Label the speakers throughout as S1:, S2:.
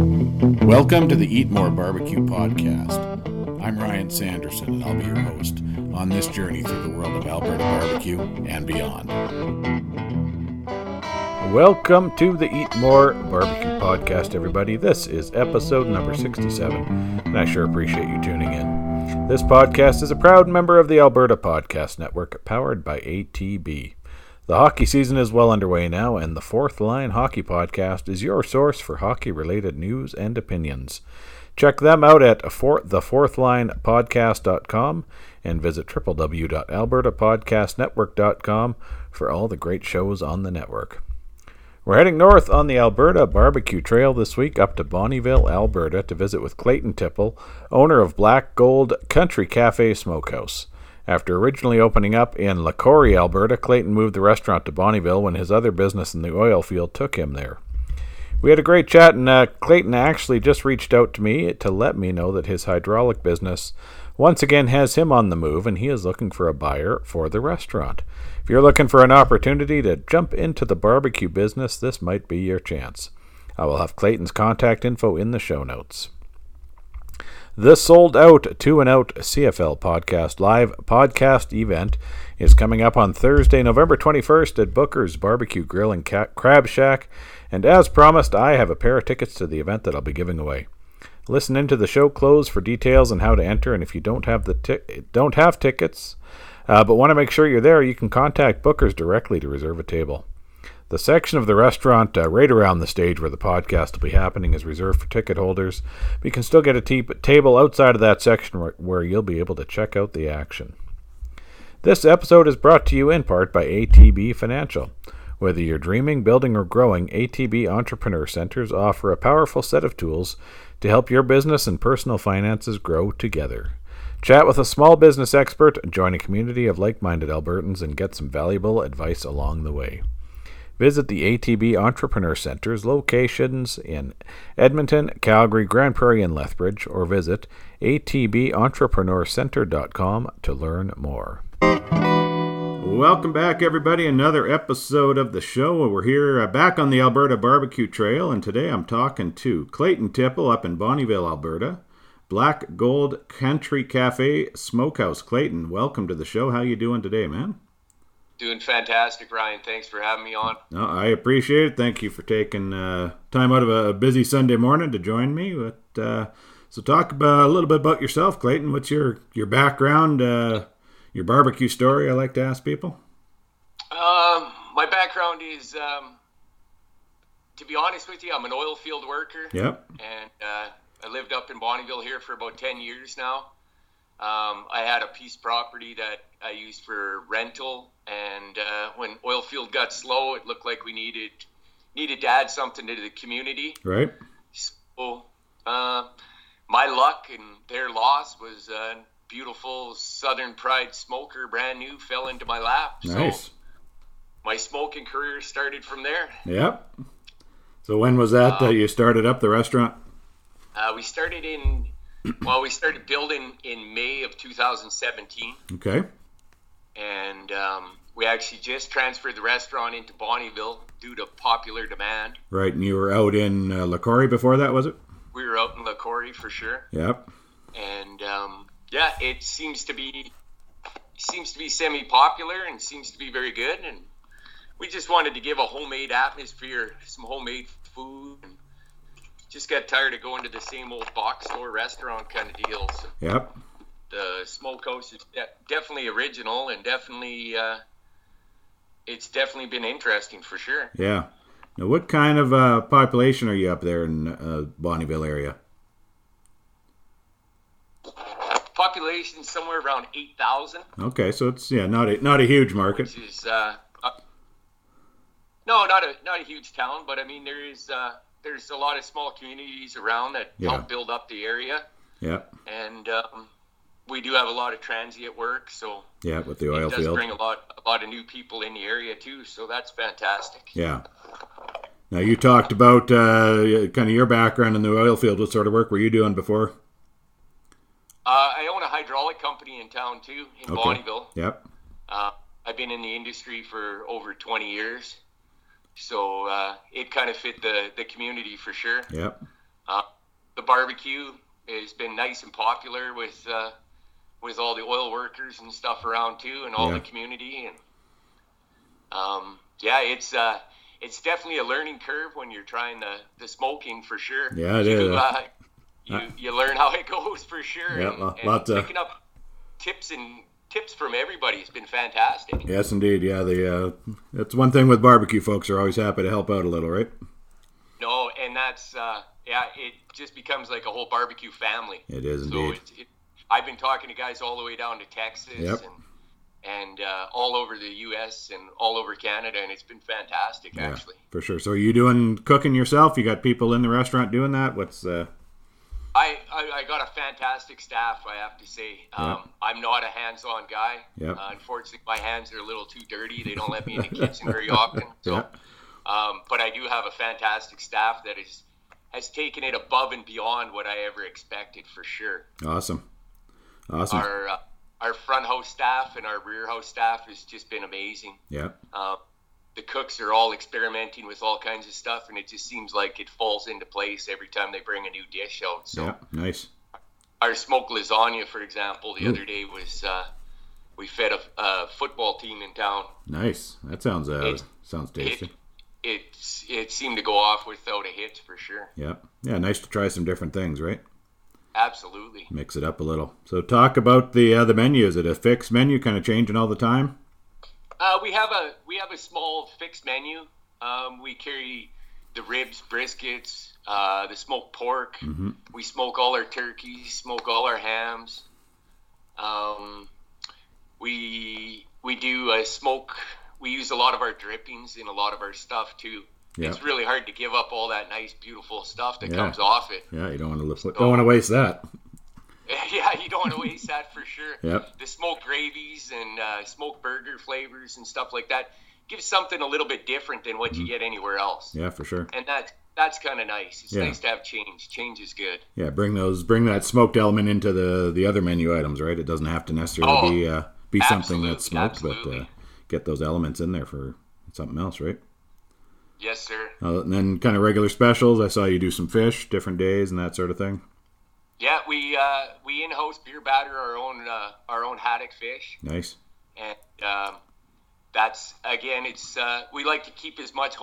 S1: Welcome to the Eat More Barbecue Podcast. I'm Ryan Sanderson, and I'll be your host on this journey through the world of Alberta barbecue and beyond.
S2: Welcome to the Eat More Barbecue Podcast, everybody. This is episode number 67, and I sure appreciate you tuning in. This podcast is a proud member of the Alberta Podcast Network, powered by ATB. The hockey season is well underway now, and the Fourth Line Hockey Podcast is your source for hockey related news and opinions. Check them out at for, thefourthlinepodcast.com and visit www.albertapodcastnetwork.com for all the great shows on the network. We're heading north on the Alberta Barbecue Trail this week up to Bonneville, Alberta to visit with Clayton Tipple, owner of Black Gold Country Cafe Smokehouse. After originally opening up in LaCourie, Alberta, Clayton moved the restaurant to Bonneville when his other business in the oil field took him there. We had a great chat, and uh, Clayton actually just reached out to me to let me know that his hydraulic business once again has him on the move, and he is looking for a buyer for the restaurant. If you're looking for an opportunity to jump into the barbecue business, this might be your chance. I will have Clayton's contact info in the show notes. The sold out to and out CFL podcast live podcast event is coming up on Thursday, November 21st at Booker's Barbecue Grill and Ca- Crab Shack. And as promised, I have a pair of tickets to the event that I'll be giving away. Listen into the show close for details on how to enter. And if you don't have the ti- don't have tickets, uh, but want to make sure you're there, you can contact Booker's directly to reserve a table. The section of the restaurant uh, right around the stage where the podcast will be happening is reserved for ticket holders, but you can still get a te- table outside of that section where, where you'll be able to check out the action. This episode is brought to you in part by ATB Financial. Whether you're dreaming, building, or growing, ATB Entrepreneur Centers offer a powerful set of tools to help your business and personal finances grow together. Chat with a small business expert, join a community of like minded Albertans, and get some valuable advice along the way visit the ATB Entrepreneur Center's locations in Edmonton, Calgary, Grand Prairie, and Lethbridge, or visit atbentrepreneurcenter.com to learn more. Welcome back, everybody. Another episode of the show. We're here uh, back on the Alberta Barbecue Trail, and today I'm talking to Clayton Tipple up in Bonneville, Alberta. Black Gold Country Cafe Smokehouse. Clayton, welcome to the show. How you doing today, man?
S3: Doing fantastic, Ryan. Thanks for having me on.
S2: No, I appreciate it. Thank you for taking uh, time out of a busy Sunday morning to join me. But uh, so, talk about, a little bit about yourself, Clayton. What's your your background? Uh, your barbecue story? I like to ask people.
S3: Um, my background is, um, to be honest with you, I'm an oil field worker.
S2: Yep.
S3: And uh, I lived up in Bonneville here for about ten years now. Um, I had a piece property that I used for rental and uh, when oil field got slow, it looked like we needed needed to add something to the community.
S2: Right.
S3: So uh, my luck and their loss was a beautiful Southern Pride smoker, brand new, fell into my lap.
S2: Nice.
S3: So my smoking career started from there.
S2: Yep. So when was that uh, that you started up the restaurant?
S3: Uh, we started in well, we started building in May of 2017
S2: Okay.
S3: and um, we actually just transferred the restaurant into Bonneville due to popular demand.
S2: Right, and you were out in uh, Lacourie before that, was it?
S3: We were out in LaCourie for sure,
S2: Yep.
S3: and um, yeah, it seems to be seems to be semi-popular and seems to be very good. And we just wanted to give a homemade atmosphere, some homemade food, and just got tired of going to the same old box store restaurant kind of deals.
S2: Yep.
S3: the smokehouse is de- definitely original and definitely uh, it's definitely been interesting for sure.
S2: Yeah. Now, what kind of uh, population are you up there in uh, Bonneville area?
S3: Population somewhere around eight thousand,
S2: Okay, so it's yeah, not a not a huge market.
S3: which is uh, uh, no, not a not a huge town, but I mean there is uh, there's a lot of small communities around that
S2: Yeah.
S3: help build up the area,
S2: Yep.
S3: and um, we do have a lot of transient work, so
S2: Yeah, with the oil
S3: it does
S2: field.
S3: bring a lot a lot of new people in the area too. So that's fantastic.
S2: Yeah. Now you talked about uh, kind of your background in the oil field. What sort of work were you doing before?
S3: Uh, I own a hydraulic company in town too, in
S2: Okay.
S3: Bonneville.
S2: Yep.
S3: Uh, I've been in the industry for over 20 years, so uh, it kind of fit the, the community for sure.
S2: Yep.
S3: Uh, the barbecue has been nice and popular with uh, with all the oil workers and stuff around too, and all
S2: Yeah.
S3: the community. And um, yeah, it's uh, it's definitely a learning curve when you're trying the, the smoking for sure.
S2: Yeah, it
S3: you,
S2: is.
S3: Uh, you, you learn how it goes for sure.
S2: Yeah,
S3: and,
S2: lo-
S3: and
S2: lots of-
S3: picking up tips and tips from everybody has been fantastic.
S2: Yes, indeed. Yeah, the uh, that's one thing with barbecue folks are always happy to help out a little, right?
S3: No, and that's uh, yeah, it just becomes like a whole barbecue family.
S2: It is
S3: So
S2: indeed.
S3: it, it, I've been talking to guys all the way down to Texas
S2: Yep.
S3: and and uh, all over the U.S. and all over Canada, and it's been fantastic actually.
S2: for sure. So, are you doing cooking yourself? You got people in the restaurant doing that? What's uh,
S3: I, I, I got a fantastic staff, I have to say. Um, I'm not a hands-on guy.
S2: Yep.
S3: Uh, unfortunately, my hands are a little too dirty. They don't let me in the kitchen very often. So,
S2: Yeah.
S3: um, but I do have a fantastic staff that is has taken it above and beyond what I ever expected, for sure.
S2: awesome? Awesome.
S3: Our uh, our front house staff and our rear house staff has just been amazing.
S2: Yeah,
S3: Uh, the cooks are all experimenting with all kinds of stuff, and it just seems like it falls into place every time they bring a new dish out. So
S2: yeah, nice.
S3: our smoked lasagna, for example, the other day was uh, we fed a, a football team in town.
S2: Nice. That sounds uh,
S3: It-
S2: sounds
S3: It,
S2: tasty.
S3: it it seemed to go off without a hitch for sure.
S2: Yeah, yeah. Nice to try some different things, right?
S3: Absolutely.
S2: Mix it up a little. So, talk about the uh, the menu. Is it a fixed menu, kind of changing all the time?
S3: Uh, we have a we have a small fixed menu. Um, we carry the ribs, briskets, uh, the smoked pork.
S2: Mm-hmm.
S3: We smoke all our turkeys, smoke all our hams. Um, we we do a smoke. We use a lot of our drippings in a lot of our stuff too.
S2: Yeah.
S3: It's really hard to give up all that nice, beautiful stuff that
S2: Yeah.
S3: comes off it.
S2: Yeah, you don't want to lift, don't want to waste that.
S3: yeah, you don't want to waste that for sure.
S2: Yep.
S3: The smoked gravies and uh, smoked burger flavors and stuff like that gives something a little bit different than what you get anywhere else.
S2: Mm-hmm. Yeah, for sure.
S3: And that that's kind of nice. It's
S2: Yeah.
S3: nice to have change. Change is good.
S2: Yeah, bring those, bring that smoked element into the the other menu items, right? It doesn't have to necessarily
S3: Oh,
S2: be uh, be something that's smoked,
S3: absolutely,
S2: but uh,
S3: absolutely.
S2: get those elements in there for something else, right?
S3: Yes, sir.
S2: Uh, and then kind of regular specials. I saw you do some fish, different days, and that sort of thing.
S3: Yeah, we uh, we in house beer batter our own uh, our own haddock fish,
S2: Nice.
S3: and um, that's again it's uh, we like to keep as much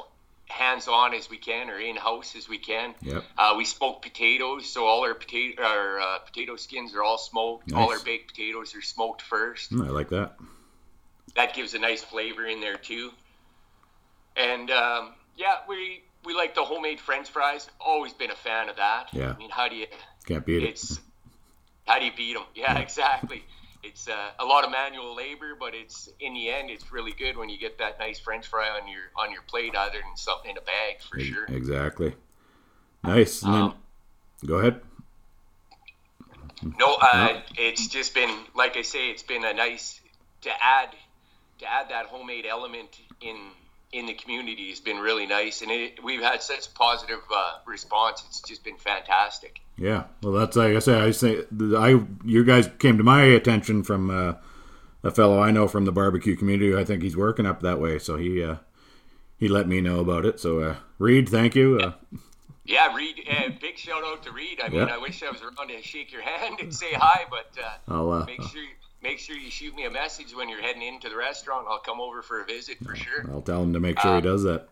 S3: hands on as we can or in house as we can.
S2: Yep.
S3: Uh, we smoke potatoes, so all our potato our uh, potato skins are all smoked. All
S2: Nice.
S3: our baked potatoes are smoked first.
S2: Mm, I like that.
S3: That gives a nice flavor in there too. And um, yeah, we we like the homemade French fries. Always been a fan of that.
S2: Yeah.
S3: I mean, how do you?
S2: Can't beat it.
S3: It's how do you beat them? Yeah, exactly. It's uh, a lot of manual labor, but it's in the end, it's really good when you get that nice French fry on your on your plate, other than something in a bag for sure.
S2: Exactly. Nice. And then,
S3: Um,
S2: go ahead.
S3: No, uh, it's just been like I say, it's been a nice to add to add that homemade element in in the community has been really nice, and it, we've had such positive uh, response. It's just been fantastic.
S2: Yeah. Well, that's like I say. I say I you guys came to my attention from uh, a fellow I know from the barbecue community. I think he's working up that way, so he uh, he let me know about it. So uh, Reed, thank you. Uh,
S3: Yeah, Reed. Uh, big shout out to Reed. I mean,
S2: Yeah.
S3: I wish I was around to shake your hand and say hi, but uh,
S2: I'll uh,
S3: make sure make sure you shoot me a message when you're heading into the restaurant. I'll come over for a visit for sure.
S2: I'll tell him to make
S3: Uh,
S2: sure he does that.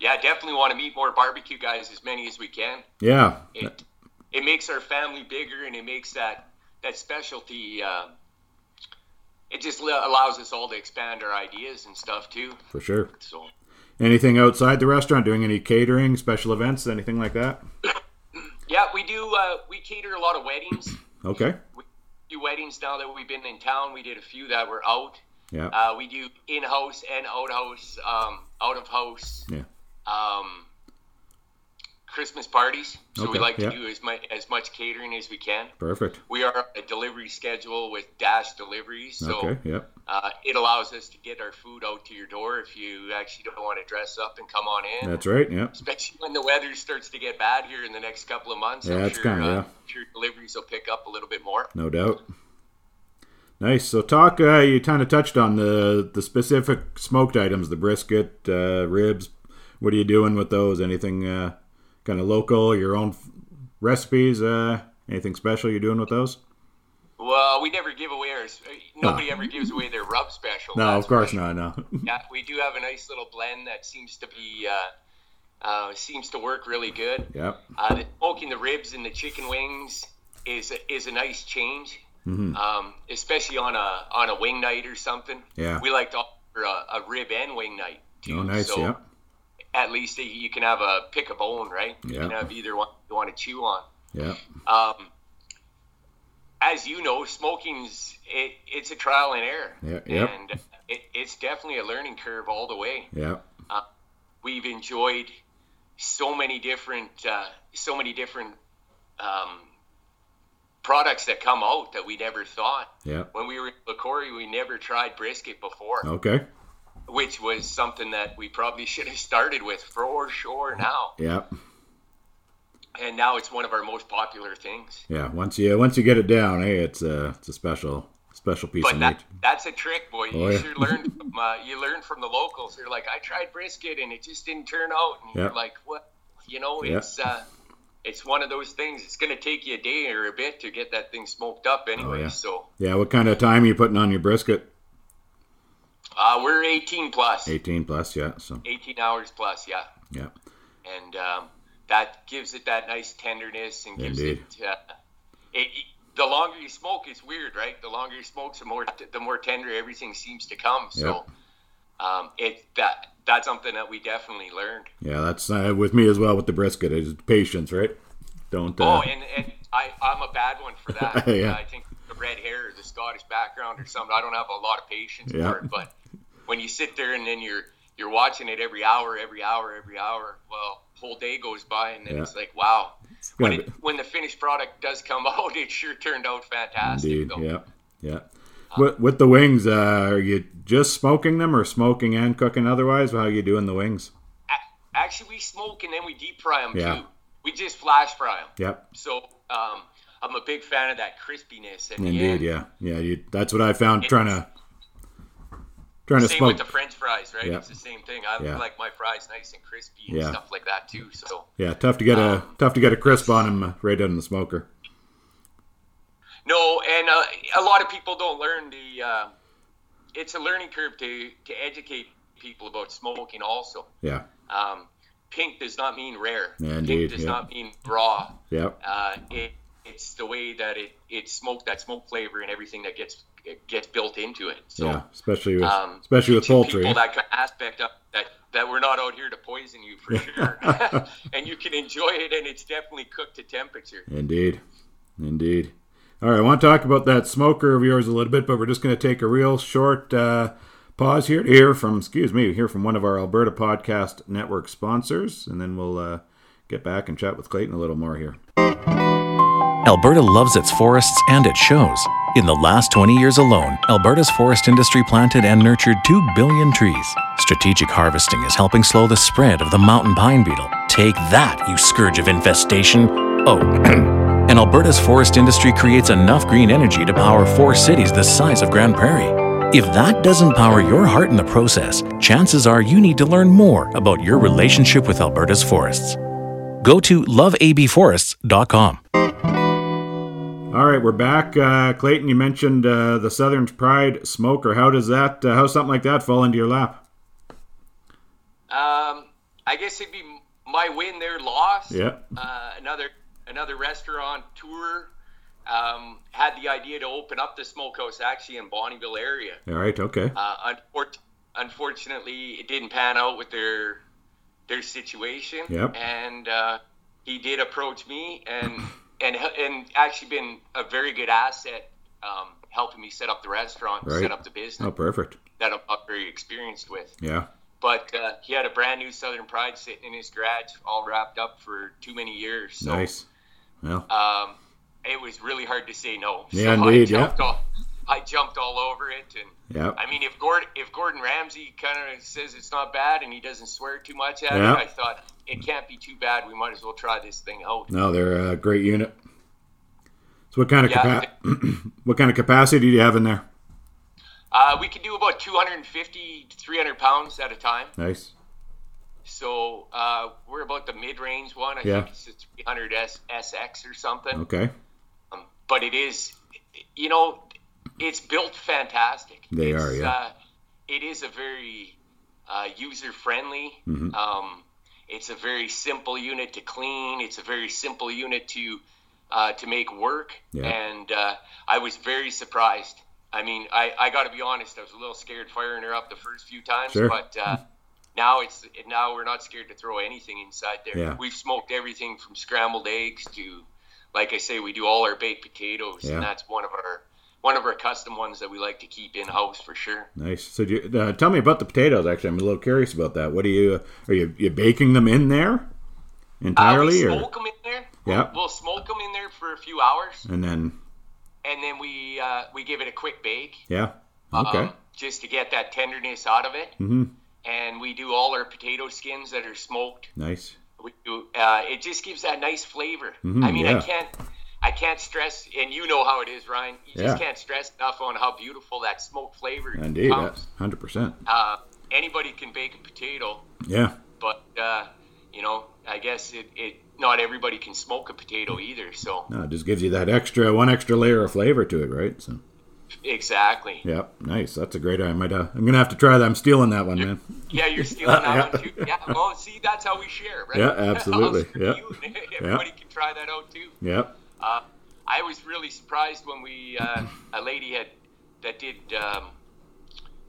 S3: Yeah, definitely want to meet more barbecue guys, as many as we can.
S2: Yeah.
S3: it, it makes our family bigger and it makes that that specialty uh, it just li- allows us all to expand our ideas and stuff too
S2: For sure.
S3: so
S2: Anything outside the restaurant? Doing any catering, special events, anything like that?
S3: yeah we do uh, we cater a lot of weddings
S2: Okay.
S3: we do weddings now that we've been in town we did a few that were out
S2: Yeah.
S3: uh, we do in-house and out-house um, out of house
S2: yeah.
S3: um, christmas parties so
S2: Okay,
S3: we like to
S2: yeah.
S3: do as much as much catering as we can
S2: Perfect.
S3: we are on a delivery schedule with dash deliveries so
S2: okay. Yep.
S3: Uh, it allows us to get our food out to your door if you actually don't want to dress up and come on in.
S2: That's right. Yep.
S3: Especially when the weather starts to get bad here in the next couple of months.
S2: Yeah,
S3: I'm
S2: it's
S3: sure,
S2: kinda, yeah.
S3: uh, I'm sure deliveries will pick up a little bit more.
S2: No doubt. Nice. So, talk. Uh, you kind of touched on the the specific smoked items, the brisket, uh, ribs. What are you doing with those? Anything uh, kind of local? Your own f- recipes? Uh, anything special you're doing with those?
S3: Well, we never give away ours. Nobody ever gives away their rub special.
S2: No,
S3: that's
S2: of course
S3: for sure.
S2: not. No.
S3: Yeah, we do have a nice little blend that seems to be uh, uh, seems to work really good.
S2: yep.
S3: Uh, the smoking the ribs and the chicken wings is a, is a nice change,
S2: Mm-hmm.
S3: um, especially on a on a wing night or something.
S2: Yeah.
S3: we like to offer a, a rib and wing night. Too,
S2: Oh, nice.
S3: So
S2: Yep.
S3: at least you can have a pick a bone, right? You can
S2: Yeah.
S3: have either one you want to chew on.
S2: Yep.
S3: Um, as you know, smoking's it, it's a trial and error,
S2: Yeah, yep.
S3: and it, it's definitely a learning curve all the way
S2: Yep.
S3: we've enjoyed so many different uh, so many different um, products that come out that we never thought.
S2: Yep.
S3: When we were at Corey, we never tried brisket before,
S2: Okay.
S3: which was something that we probably should have started with for sure now.
S2: Yep.
S3: And now it's one of our most popular things.
S2: Yeah. Once you once you get it down, hey, it's a it's a special special piece
S3: But
S2: of
S3: that,
S2: meat.
S3: that's a trick, boy. You
S2: Oh, yeah.
S3: sure learn from, uh, you learn from the locals. They're like, I tried brisket and it just didn't turn out. And
S2: Yeah.
S3: you're like, what? You know,
S2: Yeah.
S3: it's uh, it's one of those things. It's gonna take you a day or a bit to get that thing smoked up, anyway.
S2: Oh, yeah.
S3: So
S2: Yeah. What kind of time are you putting on your brisket?
S3: uh, we're 18 plus,
S2: 18 plus. Yeah. So
S3: 18 hours plus, yeah.
S2: yeah.
S3: And um, that gives it that nice tenderness and gives
S2: Indeed.
S3: it. Uh, it the longer you smoke, it's weird, right? The longer you smoke, the more the more tender everything seems to come. So, um, it that that's something that we definitely learned.
S2: Yeah. That's uh, with me as well with the brisket is patience, right? Don't. Uh,
S3: Oh, and, and I, I'm a bad one for that.
S2: Yeah.
S3: I think the red hair or the Scottish background or something. I don't have a lot of patience
S2: Yeah.
S3: for it. But when you sit there and then you're you're watching it every hour, every hour, every hour. Well, whole day goes by and then
S2: Yeah.
S3: it's like, wow. When
S2: gotta
S3: it,
S2: be-
S3: when the finished product does come out, it sure turned out fantastic.
S2: Indeed.
S3: though.
S2: Yeah. Yeah. With, with the wings, uh, are you just smoking them or smoking and cooking otherwise? How are you doing the wings?
S3: A- Actually, we smoke and then we deep fry them
S2: Yeah.
S3: too. We just flash fry them.
S2: Yep.
S3: So um, I'm a big fan of that crispiness. And
S2: Indeed. Yeah. Yeah. you, that's what I found trying to trying to
S3: Same
S2: smoke.
S3: with the French fries, right?
S2: Yeah.
S3: It's the same thing. I
S2: Yeah.
S3: like my fries nice and crispy and
S2: Yeah.
S3: stuff like that too. So
S2: yeah. Tough to get
S3: Uh,
S2: a tough to get a crisp on them right out in the smoker.
S3: no, and uh, a lot of people don't learn the. Uh, it's a learning curve to to educate people about smoking. Also,
S2: Yeah.
S3: um, pink does not mean rare.
S2: Yeah,
S3: pink
S2: indeed,
S3: does
S2: yeah.
S3: not mean raw.
S2: Yep.
S3: Uh, it, it's the way that it it's smoked, that smoke flavor, and everything that gets gets built into it. So.
S2: yeah. Especially with
S3: um,
S2: especially with
S3: to
S2: poultry.
S3: People that kind of aspect of that that we're not out here to poison you for sure, and you can enjoy it, and it's definitely cooked to temperature.
S2: Indeed. Indeed. All right, I want to talk about that smoker of yours a little bit, but we're just going to take a real short uh, pause here to hear from, excuse me, hear from one of our Alberta Podcast Network sponsors, and then we'll uh, get back and chat with Clayton a little more here.
S4: Alberta loves its forests and it shows. In the last 20 years alone, Alberta's forest industry planted and nurtured 2 billion trees. Strategic harvesting is helping slow the spread of the mountain pine beetle. Take that, you scourge of infestation. Oh, and Alberta's forest industry creates enough green energy to power four cities the size of Grand Prairie. If that doesn't power your heart in the process, chances are you need to learn more about your relationship with Alberta's forests. Go to loveabforests.com.
S2: All right, we're back. Uh, Clayton, you mentioned uh, the Southern Pride smoker. How does that, uh, how does something like that fall into your lap?
S3: Um, I guess it'd be my win, their loss.
S2: Yeah.
S3: Uh, another another restaurant tour um, had the idea to open up the smokehouse actually in Bonneville area.
S2: All right, okay.
S3: Uh, unfor- unfortunately, it didn't pan out with their their situation.
S2: Yep.
S3: And uh, he did approach me, and and and actually been a very good asset, um, helping me set up the restaurant,
S2: Right.
S3: set up the business
S2: Oh, perfect.
S3: that I'm not very experienced with.
S2: Yeah.
S3: But uh, he had a brand new Southern Pride sitting in his garage, all wrapped up for too many years. So,
S2: Nice. Well,
S3: um, it was really hard to say no.
S2: Yeah, indeed,
S3: I
S2: yeah.
S3: jumped all, I jumped all over it, and
S2: yeah.
S3: I mean, if Gordon if Gordon Ramsay kind of says it's not bad and he doesn't swear too much at
S2: Yeah.
S3: it, I thought it can't be too bad. We might as well try this thing out.
S2: No, they're a great unit. So what kind of
S3: Yeah.
S2: capa- what kind of capacity do you have in there?
S3: Uh, we can do about 250 300 pounds at a time.
S2: Nice.
S3: So uh, we're about the mid-range one. I
S2: Yeah.
S3: think it's a 300 S- SX or something.
S2: Okay.
S3: Um, but it is, you know, it's built fantastic.
S2: They
S3: It's,
S2: are, yeah.
S3: Uh, it is a very uh, user-friendly.
S2: Mm-hmm.
S3: Um, it's a very simple unit to clean. It's a very simple unit to uh, to make work.
S2: Yeah.
S3: And uh, I was very surprised. I mean, I, I got to be honest. I was a little scared firing her up the first few times,
S2: Sure.
S3: but uh, now it's now we're not scared to throw anything inside there.
S2: Yeah.
S3: We've smoked everything from scrambled eggs to, like I say, we do all our baked potatoes,
S2: Yeah.
S3: and that's one of our one of our custom ones that we like to keep in house for sure.
S2: Nice. So, do you, uh, tell me about the potatoes. Actually, I'm a little curious about that. What do you are you you baking them in there
S3: Uh, we
S2: entirely, or
S3: smoke them in there.
S2: Yeah.
S3: We'll smoke them in there for a few hours,
S2: and then
S3: and then we uh, we give it a quick bake.
S2: yeah, okay,
S3: um, just to get that tenderness out of it. Mm-hmm. And we do all our potato skins that are smoked.
S2: nice.
S3: We do. Uh, it just gives that nice flavor.
S2: Mhm,
S3: I mean,
S2: yeah.
S3: I can't, I can't stress, and you know how it is, Ryan. You
S2: Yeah.
S3: just can't stress enough on how beautiful that smoke flavor
S2: Indeed,
S3: comes.
S2: hundred percent.
S3: Uh, anybody can bake a potato,
S2: Yeah,
S3: but uh, you know, I guess it, it not everybody can smoke a potato either. So
S2: no, it just gives you that extra one extra layer of flavor to it, right? So,
S3: exactly. Yeah,
S2: yep, nice. That's a great. I might. Uh, I'm gonna have to try that. I'm stealing that one, man.
S3: you're stealing
S2: Uh, Yeah.
S3: that one too. Yeah. Well, see, that's how we share, right?
S2: Yeah, absolutely.
S3: I'll share
S2: Yeah.
S3: you. Everybody can try that out too.
S2: Yep.
S3: Uh, I was really surprised when we uh, a lady had that did um,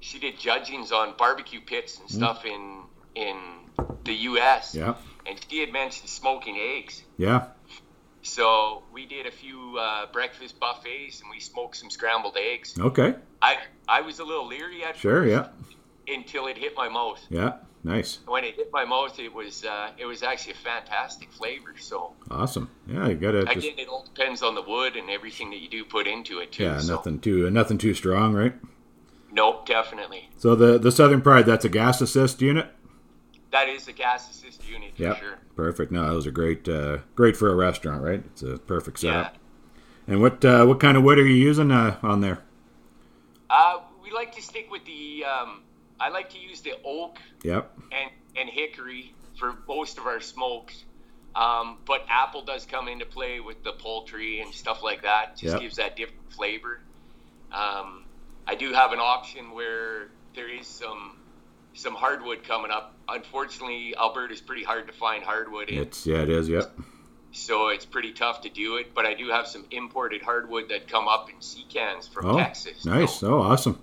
S3: she did judgings on barbecue pits and stuff in in the U.S.
S2: Mm. Yeah.
S3: and she had mentioned smoking eggs.
S2: Yeah.
S3: So we did a few uh, breakfast buffets and we smoked some scrambled eggs.
S2: Okay.
S3: I I was a little leery at
S2: Sure. Yeah.
S3: until it hit my mouth.
S2: Yeah. Nice.
S3: When it hit my mouth, it was uh, it was actually a fantastic flavor. So
S2: Awesome. Yeah. You gotta just.
S3: again, it all depends on the wood and everything that you do put into it too.
S2: Yeah.
S3: so.
S2: Nothing too. Nothing too strong, right?
S3: Nope, definitely.
S2: So the the Southern Pride. That's a gas assist unit.
S3: That is a gas assist unit for
S2: Yep.
S3: sure.
S2: Perfect. No, those are great. Uh, great for a restaurant, right? It's a perfect
S3: Yeah.
S2: setup. And what uh, what kind of wood are you using uh, on there?
S3: Uh, we like to stick with the. Um, I like to use the oak
S2: Yep.
S3: and and hickory for most of our smokes. Um, but apple does come into play with the poultry and stuff like that. Just
S2: Yep.
S3: gives that different flavor. Um, I do have an option where there is some some hardwood coming up. Unfortunately, Alberta is pretty hard to find hardwood in.
S2: It's yeah, it is. Yep.
S3: so it's pretty tough to do it. But I do have some imported hardwood that come up in sea cans from
S2: Oh,
S3: Texas.
S2: nice.
S3: So,
S2: Oh, awesome.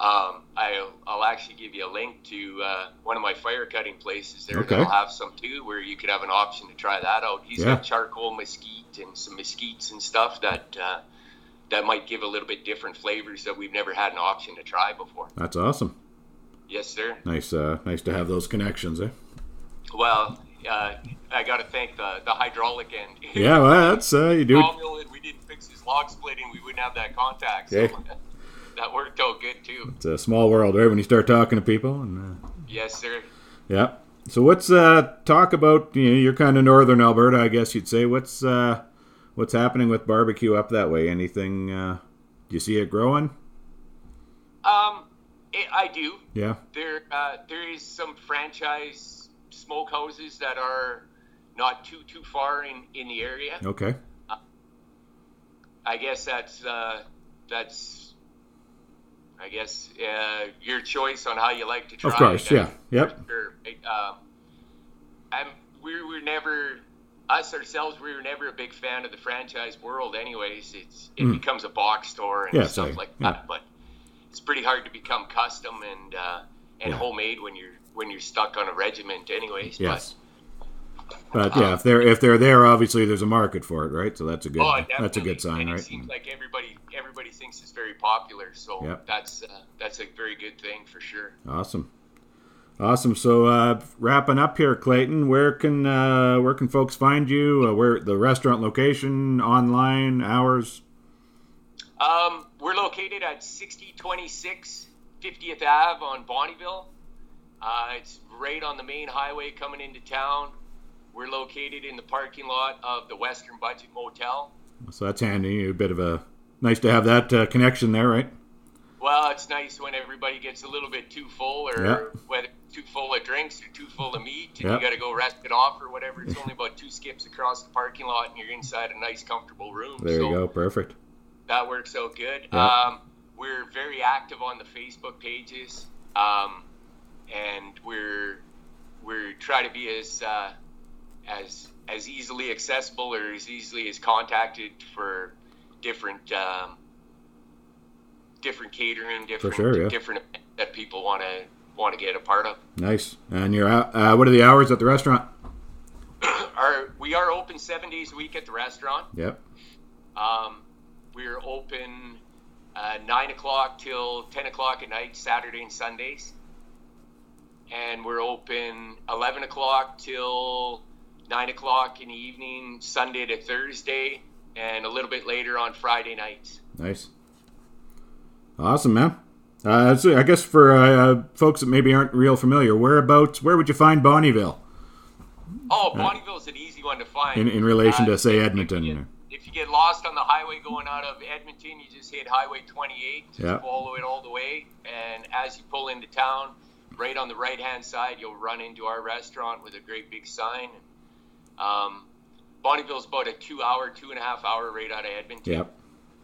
S3: um, I'll, I'll actually give you a link to uh, one of my fire cutting places there.
S2: Okay.
S3: They'll have some too, where you could have an option to try that out. He's
S2: Yeah.
S3: got charcoal mesquite and some mesquites and stuff that uh, that might give a little bit different flavors that we've never had an option to try before.
S2: That's awesome.
S3: Yes, sir.
S2: Nice. Uh, nice to have those connections. Eh?
S3: Well, uh, I got to thank the, the hydraulic end.
S2: Yeah. Well, that's uh, you do.
S3: sawmill and we didn't fix his log splitting, we wouldn't have that contact. So
S2: Okay.
S3: that worked out good too.
S2: It's a small world, right? When you start talking to people, and uh,
S3: Yes, sir.
S2: yeah. So what's uh, talk about? You know, you're kind of northern Alberta, I guess you'd say. What's uh, what's happening with barbecue up that way? Anything? Uh, do you see it growing?
S3: Um, it, I do.
S2: Yeah.
S3: There, uh, there is some franchise smokehouses that are not too too far in in the area.
S2: Okay.
S3: I guess that's uh, that's. I guess uh, your choice on how you like to try.
S2: Of course,
S3: it.
S2: yeah. Yep.
S3: Sure. Um, I'm, we were never, us ourselves, we were never a big fan of the franchise world, anyways. It's It becomes a box store and
S2: Hmm. Yeah,
S3: stuff
S2: same.
S3: like
S2: Yeah.
S3: that, but it's pretty hard to become custom and uh, and
S2: Yeah.
S3: homemade when you're when you're stuck on a regiment, anyways.
S2: Yes. But yeah, if they're if they're there, obviously there's a market for it, right? So that's a good
S3: But, oh,
S2: that's a
S3: definitely.
S2: good sign,
S3: and
S2: right?
S3: It seems like everybody everybody thinks it's very popular, so
S2: Yep.
S3: that's uh, that's a very good thing for sure.
S2: Awesome, awesome. So uh, wrapping up here, Clayton, where can uh, where can folks find you? Uh, where the restaurant location, online hours?
S3: Um, we're located at 6026 50th Ave on Bonneville. Uh, it's right on the main highway coming into town. We're located in the parking lot of the Western Budget Motel.
S2: So that's handy. A bit of a nice to have that uh, connection there, right?
S3: well, it's nice when everybody gets a little bit too full, or
S5: Yeah.
S3: whether too full of drinks or too full of meat, and
S5: Yeah.
S3: you got to go rest it off or whatever. It's only about two skips across the parking lot, and you're inside a nice, comfortable room.
S5: There
S3: so
S5: you go. Perfect.
S3: That works out good.
S5: Yeah.
S3: Um, we're very active on the Facebook pages, um, and we're we're try to be as uh, as as easily accessible or as easily as contacted for different um, different catering, different
S5: sure, yeah.
S3: different events that people want to want to get a part of.
S5: Nice. And you're out. Uh, what are the hours at the restaurant?
S3: Our, we are open seven days a week at the restaurant.
S5: Yep.
S3: Um, we're open uh, 9 o'clock till 10 o'clock at night, Saturday and Sundays. And we're open 11 o'clock till 9 o'clock in the evening, Sunday to Thursday, and a little bit later on Friday nights.
S5: Nice. Awesome, man. Uh, so I guess for uh, uh, folks that maybe aren't real familiar, whereabouts, where would you find Bonneville
S3: Oh, Bonneville's an easy one to find.
S5: in, in relation
S3: Uh,
S5: to, say,
S3: if you,
S5: Edmonton?
S3: if you get lost on the highway going out of Edmonton, you just hit Highway 28, just
S5: Yeah.
S3: follow it all the way, and as you pull into town, right on the right hand side, you'll run into our restaurant with a great big sign. Um, Bonneville's about a two hour, two and a half hour right out of Edmonton.
S5: Yep.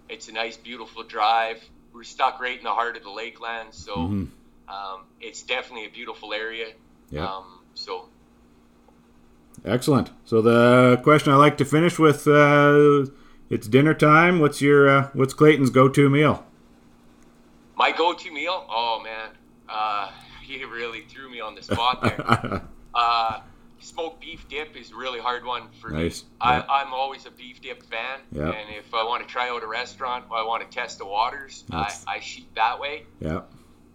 S3: It's a nice, beautiful drive. We're stuck right in the heart of the lakeland, so
S5: Mm-hmm.
S3: um, it's definitely a beautiful area.
S5: Yeah.
S3: Um, so
S5: Excellent. So the question I like to finish with, uh, it's dinner time. What's your uh, what's Clayton's go-to meal?
S3: My go-to meal? Oh man, uh, you really threw me on the spot there. uh, smoked beef dip is a really hard one for
S5: Nice.
S3: me. I,
S5: Yeah.
S3: I'm always a beef dip fan,
S5: Yeah.
S3: and if I want to try out a restaurant, or I want to test the waters, I,
S5: That's-
S3: I shoot that way.
S5: yeah.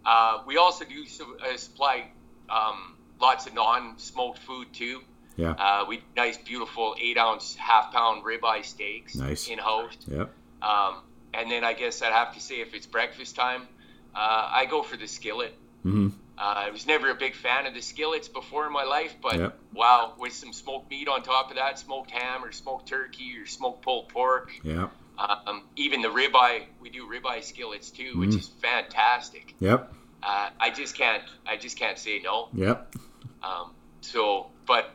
S3: Uh, we also do su- uh, supply um, lots of non-smoked food too.
S5: Yeah.
S3: Uh, we nice, beautiful eight-ounce, half-pound ribeye steaks
S5: Nice.
S3: in-house.
S5: yeah.
S3: Um, and then I guess I'd have to say if it's breakfast time, uh, I go for the skillet.
S5: Mhm.
S3: Uh, I was never a big fan of the skillets before in my life, but
S5: Yep.
S3: wow, with some smoked meat on top of that, smoked ham or smoked turkey or smoked pulled pork,
S5: Yeah.
S3: um, even the ribeye, we do ribeye skillets too, which is fantastic.
S5: Yep.
S3: Uh, I just can't, I just can't say no.
S5: Yep.
S3: Um, so, but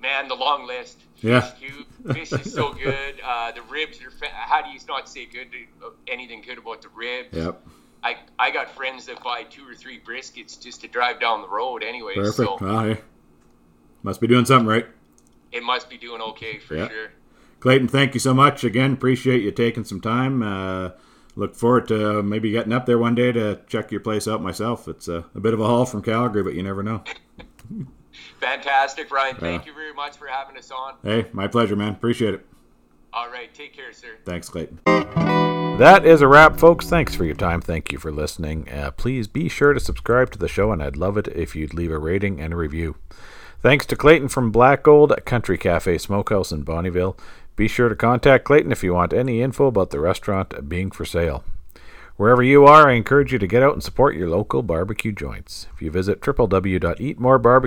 S3: man, the long list.
S5: Yeah.
S3: Fish, too. fish is so good. Uh, the ribs are. Fa- how do you not say good uh, anything good about the ribs?
S5: Yep.
S3: I I got friends that buy two or three briskets just to drive down the road. Anyway,
S5: Perfect.
S3: so
S5: Wow, hey. Must be doing something right.
S3: it must be doing okay for
S5: Yeah.
S3: sure.
S5: Clayton, thank you so much again. Appreciate you taking some time. Uh, look forward to uh, maybe getting up there one day to check your place out myself. It's a, a bit of a haul from Calgary, but you never know.
S3: Fantastic, Ryan. Thank
S5: Yeah.
S3: you very much for having us on.
S5: Hey, my pleasure, man. Appreciate it.
S3: All right, take care, sir.
S5: Thanks, Clayton.
S2: That is a wrap, folks. Thanks for your time. Thank you for listening. Uh, please be sure to subscribe to the show, and I'd love it if you'd leave a rating and a review. Thanks to Clayton from Black Gold Country Cafe Smokehouse in Bonneville. Be sure to contact Clayton if you want any info about the restaurant being for sale. Wherever you are, I encourage you to get out and support your local barbecue joints. If you visit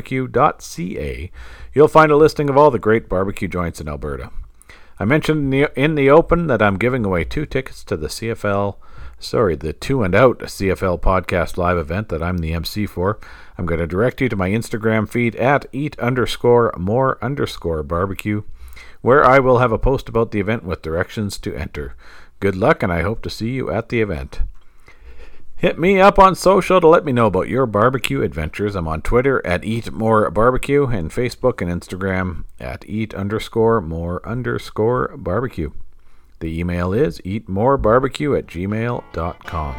S2: www.eatmorebarbecue.ca, you'll find a listing of all the great barbecue joints in Alberta. I mentioned in the, in the open that I'm giving away two tickets to the CFL, sorry, the Two and Out CFL podcast live event that I'm the MC for. I'm going to direct you to my Instagram feed at eat underscore more underscore barbecue, where I will have a post about the event with directions to enter. Good luck, and I hope to see you at the event. Hit me up on social to let me know about your barbecue adventures. I'm on Twitter at Eat More Barbecue and Facebook and Instagram at Eat underscore More underscore Barbecue. The email is eatmorebarbecue at gmail.com.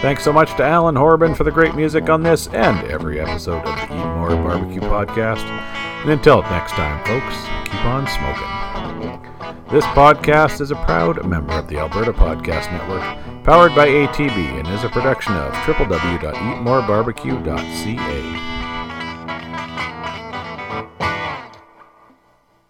S2: Thanks so much to Alan Horbin for the great music on this and every episode of the Eat More Barbecue podcast. And until next time, folks, keep on smoking. This podcast is a proud member of the Alberta Podcast Network, powered by ATB, and is a production of www.eatmorebarbecue.ca.